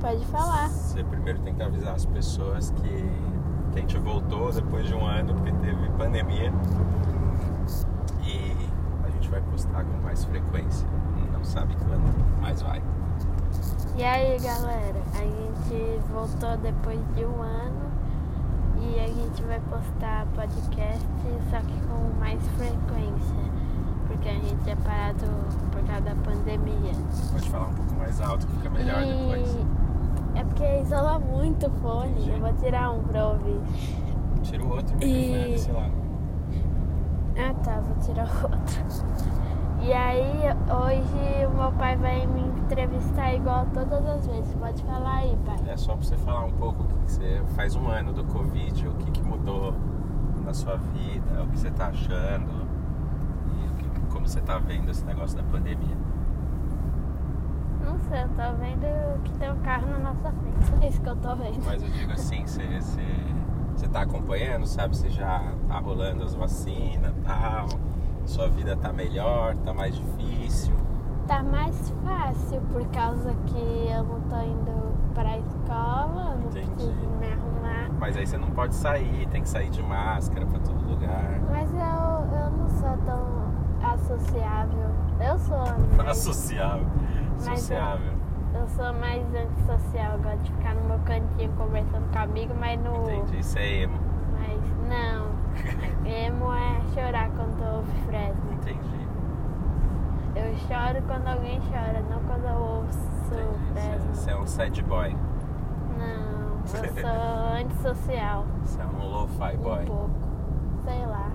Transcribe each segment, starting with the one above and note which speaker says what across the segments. Speaker 1: Pode falar.
Speaker 2: Você primeiro tem que avisar as pessoas que, que a gente voltou depois de um ano, porque teve pandemia. E a gente vai postar com mais frequência. Não sabe quando, mas vai.
Speaker 1: E aí, galera? A gente voltou depois de um ano e a gente vai postar podcast, só que com mais frequência, porque a gente é parado por causa da pandemia.
Speaker 2: Você pode falar um pouco mais alto, que fica melhor depois.
Speaker 1: E é porque isola muito o fone.
Speaker 2: Entendi.
Speaker 1: Eu vou tirar um pra ouvir.
Speaker 2: Tira o outro microfone,
Speaker 1: E-
Speaker 2: sei lá.
Speaker 1: Ah tá, vou tirar outro. E aí, hoje o meu pai vai me entrevistar igual todas as vezes. Pode falar aí, pai.
Speaker 2: É só pra você falar um pouco o que que você faz um ano do Covid, o que, que mudou na sua vida, o que você tá achando e o que- como você tá vendo esse negócio da pandemia.
Speaker 1: Não sei, eu tô vendo que tem um carro na nossa frente. É isso que eu tô vendo.
Speaker 2: Mas eu digo assim, você, você, você tá acompanhando, sabe? Você já tá rolando as vacinas e tal, sua vida tá melhor, tá mais difícil.
Speaker 1: Tá mais fácil por causa que eu não tô indo pra escola, não
Speaker 2: Entendi.
Speaker 1: preciso me arrumar.
Speaker 2: Mas aí você não pode sair, tem que sair de máscara pra todo lugar.
Speaker 1: Mas eu, eu não sou tão associável. Eu sou, mas
Speaker 2: Associável.
Speaker 1: Mas eu-
Speaker 2: Sociável.
Speaker 1: eu sou mais antissocial. Eu gosto de ficar no meu cantinho conversando com amigo, mas no.
Speaker 2: Entendi. Isso é emo.
Speaker 1: Mas não. Emo é chorar quando ouve Fresno.
Speaker 2: Entendi.
Speaker 1: Eu choro quando alguém chora, não quando eu ouço
Speaker 2: Entendi.
Speaker 1: Fresno.
Speaker 2: Você é um sad boy.
Speaker 1: Não, eu sou antissocial.
Speaker 2: Você é um lo-fi
Speaker 1: Um
Speaker 2: boy.
Speaker 1: pouco. Sei lá.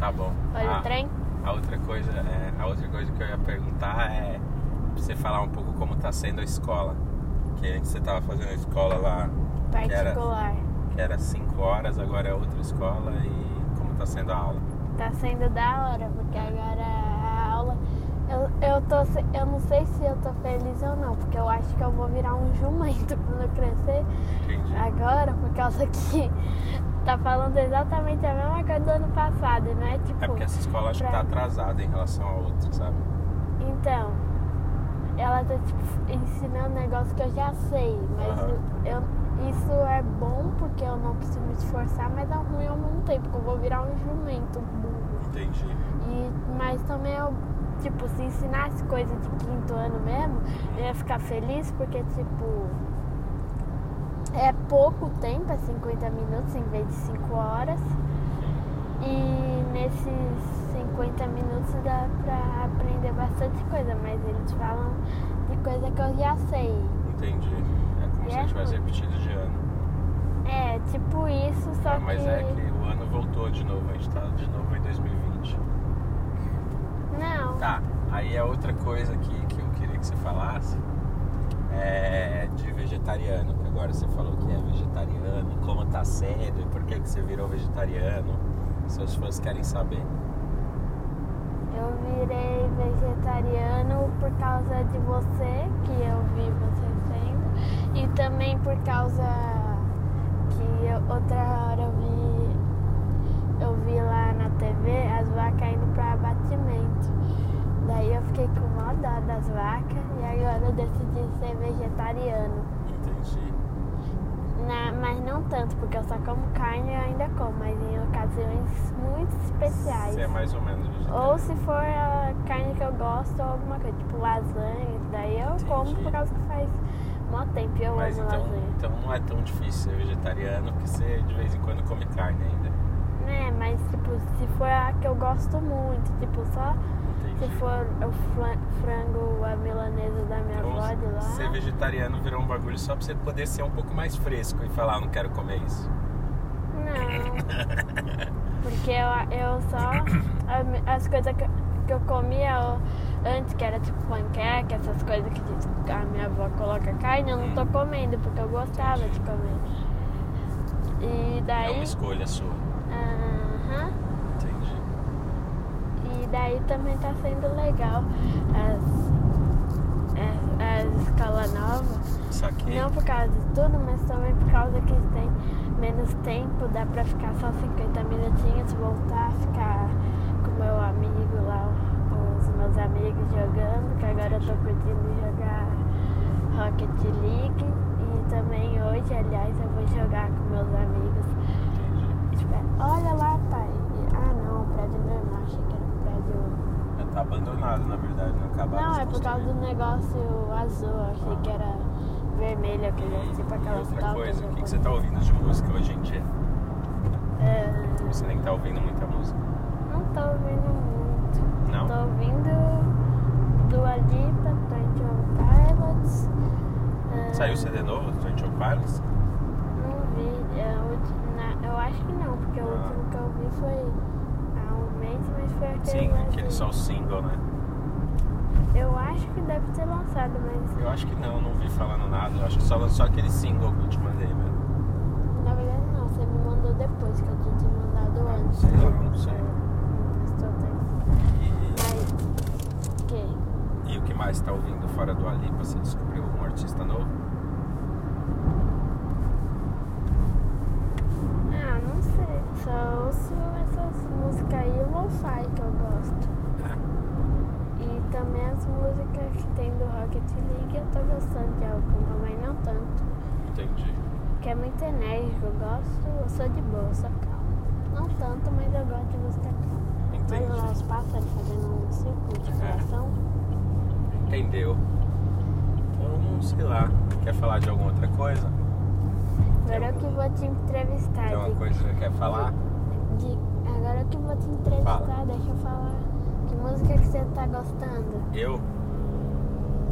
Speaker 2: Tá bom.
Speaker 1: Olha
Speaker 2: Ah,
Speaker 1: o trem.
Speaker 2: A outra coisa, é, a outra coisa que eu ia perguntar é pra você falar um pouco como tá sendo a escola. Que antes você tava fazendo a escola lá, era-
Speaker 1: particular.
Speaker 2: que era 5 horas, agora é outra escola e como tá sendo a aula.
Speaker 1: Tá sendo da hora, porque
Speaker 2: É.
Speaker 1: agora a aula. Eu, eu, tô, se- eu não sei se eu tô feliz ou não, porque eu acho que eu vou virar um jumento quando eu crescer
Speaker 2: Entendi.
Speaker 1: agora, por causa que tá falando exatamente a mesma coisa do ano passado, e não é tipo.
Speaker 2: É porque essa escola acho que tá atrasada em relação a outra, sabe?
Speaker 1: Então, ela tá tipo, ensinando negócio que eu já sei, mas
Speaker 2: Aham.
Speaker 1: eu, isso é bom porque eu não preciso me esforçar, mas é ruim ao mesmo tempo, porque eu vou virar um jumento burro.
Speaker 2: Entendi.
Speaker 1: E, mas também eu, tipo, se ensinasse coisa de quinto ano mesmo, eu ia ficar feliz porque, tipo, é pouco tempo, é 50 minutos em vez de 5 horas. E nesses 50 minutos dá pra aprender bastante coisa, mas eles falam de coisa que eu já sei.
Speaker 2: Entendi. É como se
Speaker 1: É
Speaker 2: eu tivesse repetido de ano.
Speaker 1: É, tipo isso, só
Speaker 2: Ah, mas
Speaker 1: que.
Speaker 2: é que o ano voltou de novo, a gente tá de novo em 2020.
Speaker 1: Não,
Speaker 2: Tá, aí a outra coisa que, que eu queria que você falasse é de vegetariano, que agora você falou que é vegetariano, como tá sendo e por que, que você virou vegetariano. Seus fãs querem saber.
Speaker 1: Eu virei vegetariano por causa de você, que eu vi você sendo, e também por causa que eu- outra hora eu vi, eu vi lá na TV as vacas indo para abatimento. Daí eu fiquei com mó dó das vacas e agora eu decidi ser vegetariano.
Speaker 2: Entendi.
Speaker 1: Na- mas não tanto, porque eu só como carne eu ainda como, mas em ocasiões muito especiais.
Speaker 2: Você é mais ou menos vegetariano.
Speaker 1: Ou se for a carne que eu gosto ou alguma coisa, tipo lasanha, daí eu
Speaker 2: Entendi.
Speaker 1: como por causa que faz mó tempo e eu
Speaker 2: Mas
Speaker 1: amo
Speaker 2: então,
Speaker 1: lasanha.
Speaker 2: então não é tão difícil ser vegetariano, porque você de vez em quando come carne ainda.
Speaker 1: É, mas tipo, se for a que eu gosto muito, tipo, só se
Speaker 2: Entendi.
Speaker 1: for o flan- frango, a milanesa da minha
Speaker 2: Então,
Speaker 1: avó de lá.
Speaker 2: ser vegetariano virou um bagulho só pra você poder ser um pouco mais fresco e falar, "Ah, não quero comer isso.
Speaker 1: Não. Porque eu, eu só. a- As coisas que, que eu comia eu- antes, que era tipo panqueca, essas coisas que diz- a minha avó coloca carne, eu não tô comendo, porque eu gostava de comer. E
Speaker 2: É uma
Speaker 1: daí.
Speaker 2: escolha sua.
Speaker 1: Aham.
Speaker 2: Entendi.
Speaker 1: E daí também tá sendo legal as, as, as escola nova.
Speaker 2: Saquei.
Speaker 1: Não por causa de tudo, mas também por causa que tem menos tempo, dá pra ficar só 50 minutinhos, voltar, ficar com meu amigo lá, os meus amigos jogando, que agora eu tô curtindo jogar Rocket League. também hoje, aliás, eu vou jogar com meus amigos.
Speaker 2: Entendi.
Speaker 1: Espera, Olha lá, pai. Ah não, o prédio normal, achei que era um prédio.
Speaker 2: Já tá abandonado, na verdade, não acabaram
Speaker 1: Não,
Speaker 2: de
Speaker 1: é por causa do
Speaker 2: construir.
Speaker 1: negócio azul, achei que era vermelho, aquele tipo
Speaker 2: E
Speaker 1: aquela
Speaker 2: outra
Speaker 1: tal que
Speaker 2: coisa,
Speaker 1: eu
Speaker 2: o que, que
Speaker 1: vou-
Speaker 2: você tá ouvindo de música hoje em dia?
Speaker 1: É,
Speaker 2: Você nem tá ouvindo muita música.
Speaker 1: Não tô ouvindo muito.
Speaker 2: Não?
Speaker 1: Tô ouvindo Dua Lipa, Twenty One Pilots. ah,
Speaker 2: Saiu o CD novo do Twenty One Pilots?
Speaker 1: Não vi. é, o ulti- na- Eu acho que não, porque o
Speaker 2: Ah.
Speaker 1: último que eu vi foi há um mês, mas é. foi aquele.
Speaker 2: Sim, né?
Speaker 1: lá
Speaker 2: aquele
Speaker 1: de-
Speaker 2: só o single, né?
Speaker 1: Eu acho que deve ter lançado, mas
Speaker 2: Eu acho que não, não vi falando nada. Eu acho que só lançou aquele single que eu te mandei né? mesmo.
Speaker 1: na verdade não, você me mandou depois, que eu tinha te mandado
Speaker 2: Ah,
Speaker 1: antes.
Speaker 2: sei lá, não sei.
Speaker 1: Eu estou bem. Mas. O quê?
Speaker 2: E, e o que mais tá ouvindo fora do Alipa? Você descobriu um artista novo?
Speaker 1: Ah, não sei. Só ouço essas músicas aí, lo-fi que eu gosto.
Speaker 2: É.
Speaker 1: E também as músicas que tem do Rocket League eu tô gostando de alguma, mas não tanto.
Speaker 2: Entendi.
Speaker 1: Que é muito enérgico, eu gosto, eu sou de boa, eu sou calma. Não tanto, mas eu gosto de música calma. Olha lá os
Speaker 2: Entendi.
Speaker 1: pássaros fazendo um círculo de
Speaker 2: É.
Speaker 1: coração.
Speaker 2: Entendeu. Então, não sei lá. Quer falar de alguma outra coisa?
Speaker 1: Agora eu que vou te entrevistar.
Speaker 2: Tem É uma
Speaker 1: de-
Speaker 2: coisa que quer falar?
Speaker 1: de- agora eu que vou te entrevistar,
Speaker 2: Fala.
Speaker 1: deixa eu falar. Que música que você tá gostando?
Speaker 2: Eu?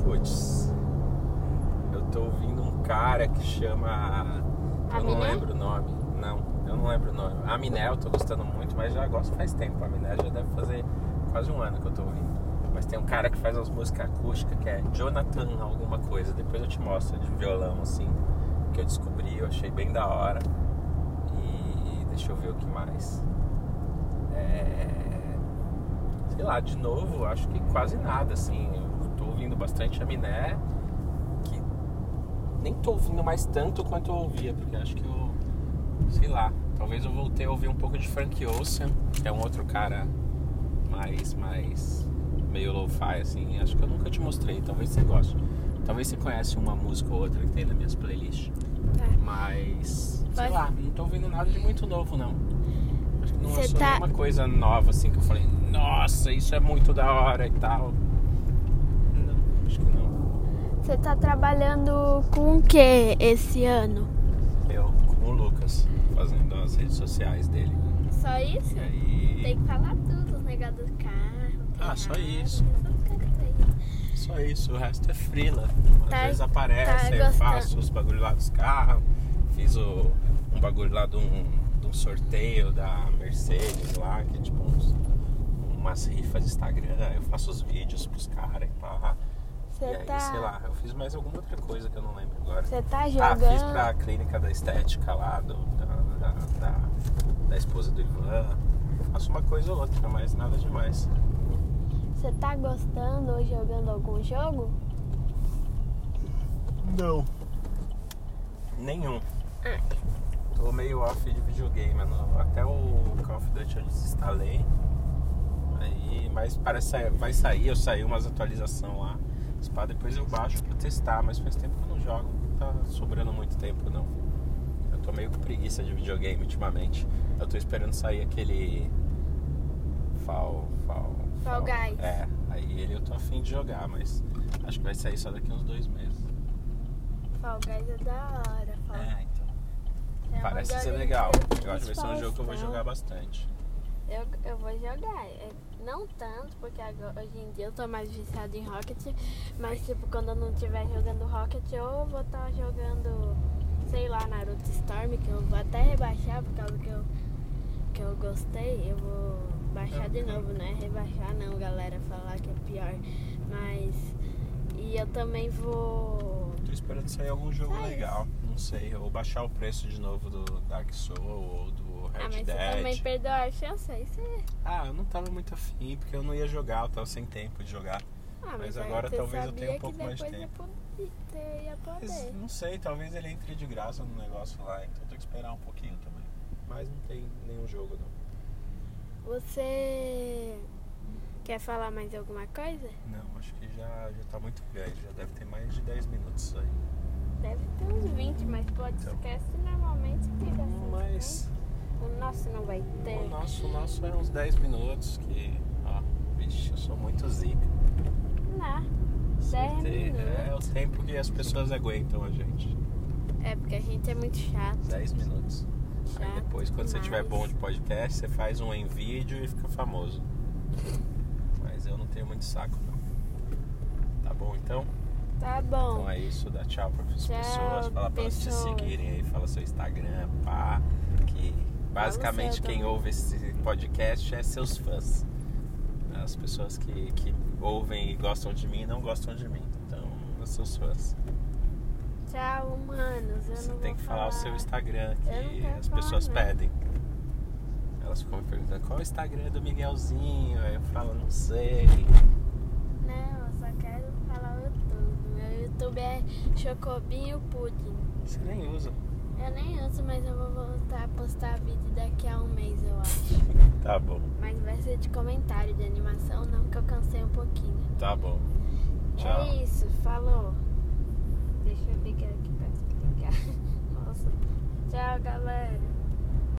Speaker 2: Putz. Eu tô ouvindo um cara que chama. Eu não
Speaker 1: Aminé?
Speaker 2: lembro o nome. Não, eu não lembro o nome. Aminé eu tô gostando muito, mas já gosto faz tempo. Aminé já deve fazer quase um ano que eu tô ouvindo. Mas tem um cara que faz umas músicas acústicas que é Jonathan alguma coisa. Depois eu te mostro de violão assim. Que eu descobri, eu achei bem da hora. E deixa eu ver o que mais. É sei lá, de novo, acho que quase nada, assim. Eu tô ouvindo bastante a Miné, que nem tô ouvindo mais tanto quanto eu ouvia, porque acho que eu, sei lá, talvez eu voltei a ouvir um pouco de Frank Ocean, que é um outro cara mais, mais, meio lo-fi, assim. Acho que eu nunca te mostrei, talvez você goste. Talvez você conhece uma música ou outra que tem nas minhas playlists.
Speaker 1: É.
Speaker 2: Mas, sei
Speaker 1: Vai.
Speaker 2: lá, não tô ouvindo nada de muito novo, não. Acho que não
Speaker 1: Você
Speaker 2: lançou
Speaker 1: tá-
Speaker 2: nenhuma coisa nova assim que eu falei, nossa, isso é muito da hora e tal. Não, acho que não.
Speaker 1: Você tá trabalhando com o que esse ano?
Speaker 2: Eu com É o Lucas, fazendo as redes sociais dele.
Speaker 1: Só isso?
Speaker 2: E aí.
Speaker 1: Tem que falar tudo, os negócios do carro.
Speaker 2: Ah, só
Speaker 1: ferrado,
Speaker 2: isso.
Speaker 1: essas coisas aí.
Speaker 2: Só isso, o resto é frila. Às
Speaker 1: Tá-
Speaker 2: vezes aparece,
Speaker 1: tá
Speaker 2: eu
Speaker 1: gostando.
Speaker 2: faço os bagulho lá dos carros, fiz o, um bagulho lá de um, de um sorteio da Mercedes lá, que é tipo uns, umas rifas de Instagram, eu faço os vídeos pros caras e pá.
Speaker 1: Você
Speaker 2: e aí,
Speaker 1: tá,
Speaker 2: sei lá, eu fiz mais alguma outra coisa que eu não lembro agora.
Speaker 1: Você tá
Speaker 2: Ah,
Speaker 1: jogando.
Speaker 2: fiz pra clínica da estética lá do, da, da, da, da esposa do Ivan. Faço uma coisa ou outra, mas nada demais.
Speaker 1: Você tá gostando ou jogando algum jogo?
Speaker 2: Não. Nenhum.
Speaker 1: Ai.
Speaker 2: Tô meio off de videogame, mano. Até o Call of Duty eu desinstalei. Aí, mas parece que vai sair, eu saí umas atualizações lá. Se pá, depois eu baixo pra testar, mas faz tempo que eu não jogo, não tá sobrando muito tempo não. Eu tô meio com preguiça de videogame ultimamente. Eu tô esperando sair aquele. Fall. Fall.
Speaker 1: Fall Guys.
Speaker 2: É, aí ele eu tô afim de jogar, mas acho que vai sair só daqui uns dois meses.
Speaker 1: Fall Guys é da hora. Fall
Speaker 2: É, então.
Speaker 1: é uma
Speaker 2: Parece ser
Speaker 1: galera
Speaker 2: legal.
Speaker 1: de
Speaker 2: Eu acho que vai ser um jogo que eu vou
Speaker 1: satisfação.
Speaker 2: jogar bastante.
Speaker 1: Eu, eu vou jogar. É, Não tanto, porque agora- hoje em dia eu tô mais viciado em Rocket. Mas, tipo, quando eu não estiver jogando Rocket, eu vou estar jogando, sei lá, Naruto Storm, que eu vou até rebaixar por causa que eu, que eu gostei. Eu vou baixar de novo, né? Rebaixar não, galera, falar que é pior. Mas. E eu também vou.
Speaker 2: Tô esperando sair algum jogo
Speaker 1: Sai.
Speaker 2: legal. Não sei, ou baixar o preço de novo do Dark Soul ou do Red
Speaker 1: Ah, mas você também
Speaker 2: Dead.
Speaker 1: perdeu a chance, aí você.
Speaker 2: Ah, eu não tava muito afim, porque eu não ia jogar, eu tava sem tempo de jogar.
Speaker 1: Ah,
Speaker 2: Mas
Speaker 1: aí
Speaker 2: agora
Speaker 1: você
Speaker 2: talvez eu
Speaker 1: sabia
Speaker 2: tenha um
Speaker 1: que
Speaker 2: pouco mais de
Speaker 1: depois Você podia- você ia
Speaker 2: Mas
Speaker 1: poder.
Speaker 2: não sei, talvez ele entre de graça no negócio lá, então tem que esperar um pouquinho também. Mas não tem nenhum jogo não.
Speaker 1: Você quer falar mais alguma coisa?
Speaker 2: Não, acho que já, já tá muito grande, já deve ter mais de 10 minutos isso aí.
Speaker 1: Deve ter uns 20, mas podcast normalmente tem bastante.
Speaker 2: Então. Mas
Speaker 1: né? O nosso não vai ter.
Speaker 2: o nosso, o nosso é uns 10 minutos que, ó, vixe, eu sou muito zica.
Speaker 1: Não.
Speaker 2: Acertei. É o
Speaker 1: minutos.
Speaker 2: tempo que as pessoas aguentam a gente.
Speaker 1: É porque a gente é muito chato.
Speaker 2: 10 minutos. Aí
Speaker 1: Chato
Speaker 2: depois, quando você tiver
Speaker 1: demais.
Speaker 2: bom de podcast, você faz um em vídeo e fica famoso. Mas eu não tenho muito saco, não. Tá bom então?
Speaker 1: Tá bom.
Speaker 2: Então é isso, dá tchau para as
Speaker 1: Tchau,
Speaker 2: pessoas, fala para elas te
Speaker 1: pessoas.
Speaker 2: seguirem aí, fala seu Instagram, pá, que basicamente
Speaker 1: seu
Speaker 2: quem
Speaker 1: também.
Speaker 2: ouve esse podcast é seus fãs. As pessoas que, que ouvem e gostam de mim não gostam de mim. Então, os seus fãs.
Speaker 1: Tchau, humanos. Eu
Speaker 2: Você
Speaker 1: não
Speaker 2: tem
Speaker 1: vou
Speaker 2: que falar o seu Instagram,
Speaker 1: Eu não
Speaker 2: que
Speaker 1: quero
Speaker 2: as
Speaker 1: falar,
Speaker 2: pessoas
Speaker 1: não.
Speaker 2: pedem. Elas ficam me perguntando qual é o Instagram do Miguelzinho, aí eu falo, não sei.
Speaker 1: Não, eu só quero falar o YouTube. Meu YouTube é Chocobinho Pudim.
Speaker 2: Você nem usa.
Speaker 1: Eu nem uso, mas eu vou voltar a postar vídeo daqui a um mês, eu acho.
Speaker 2: Tá bom,
Speaker 1: Mas vai ser de comentário, de animação, não, que eu cansei um pouquinho.
Speaker 2: tá bom. Tchau.
Speaker 1: É isso, falou. é Deixa eu ver que era que tá explicando. Nossa. Tchau, galera.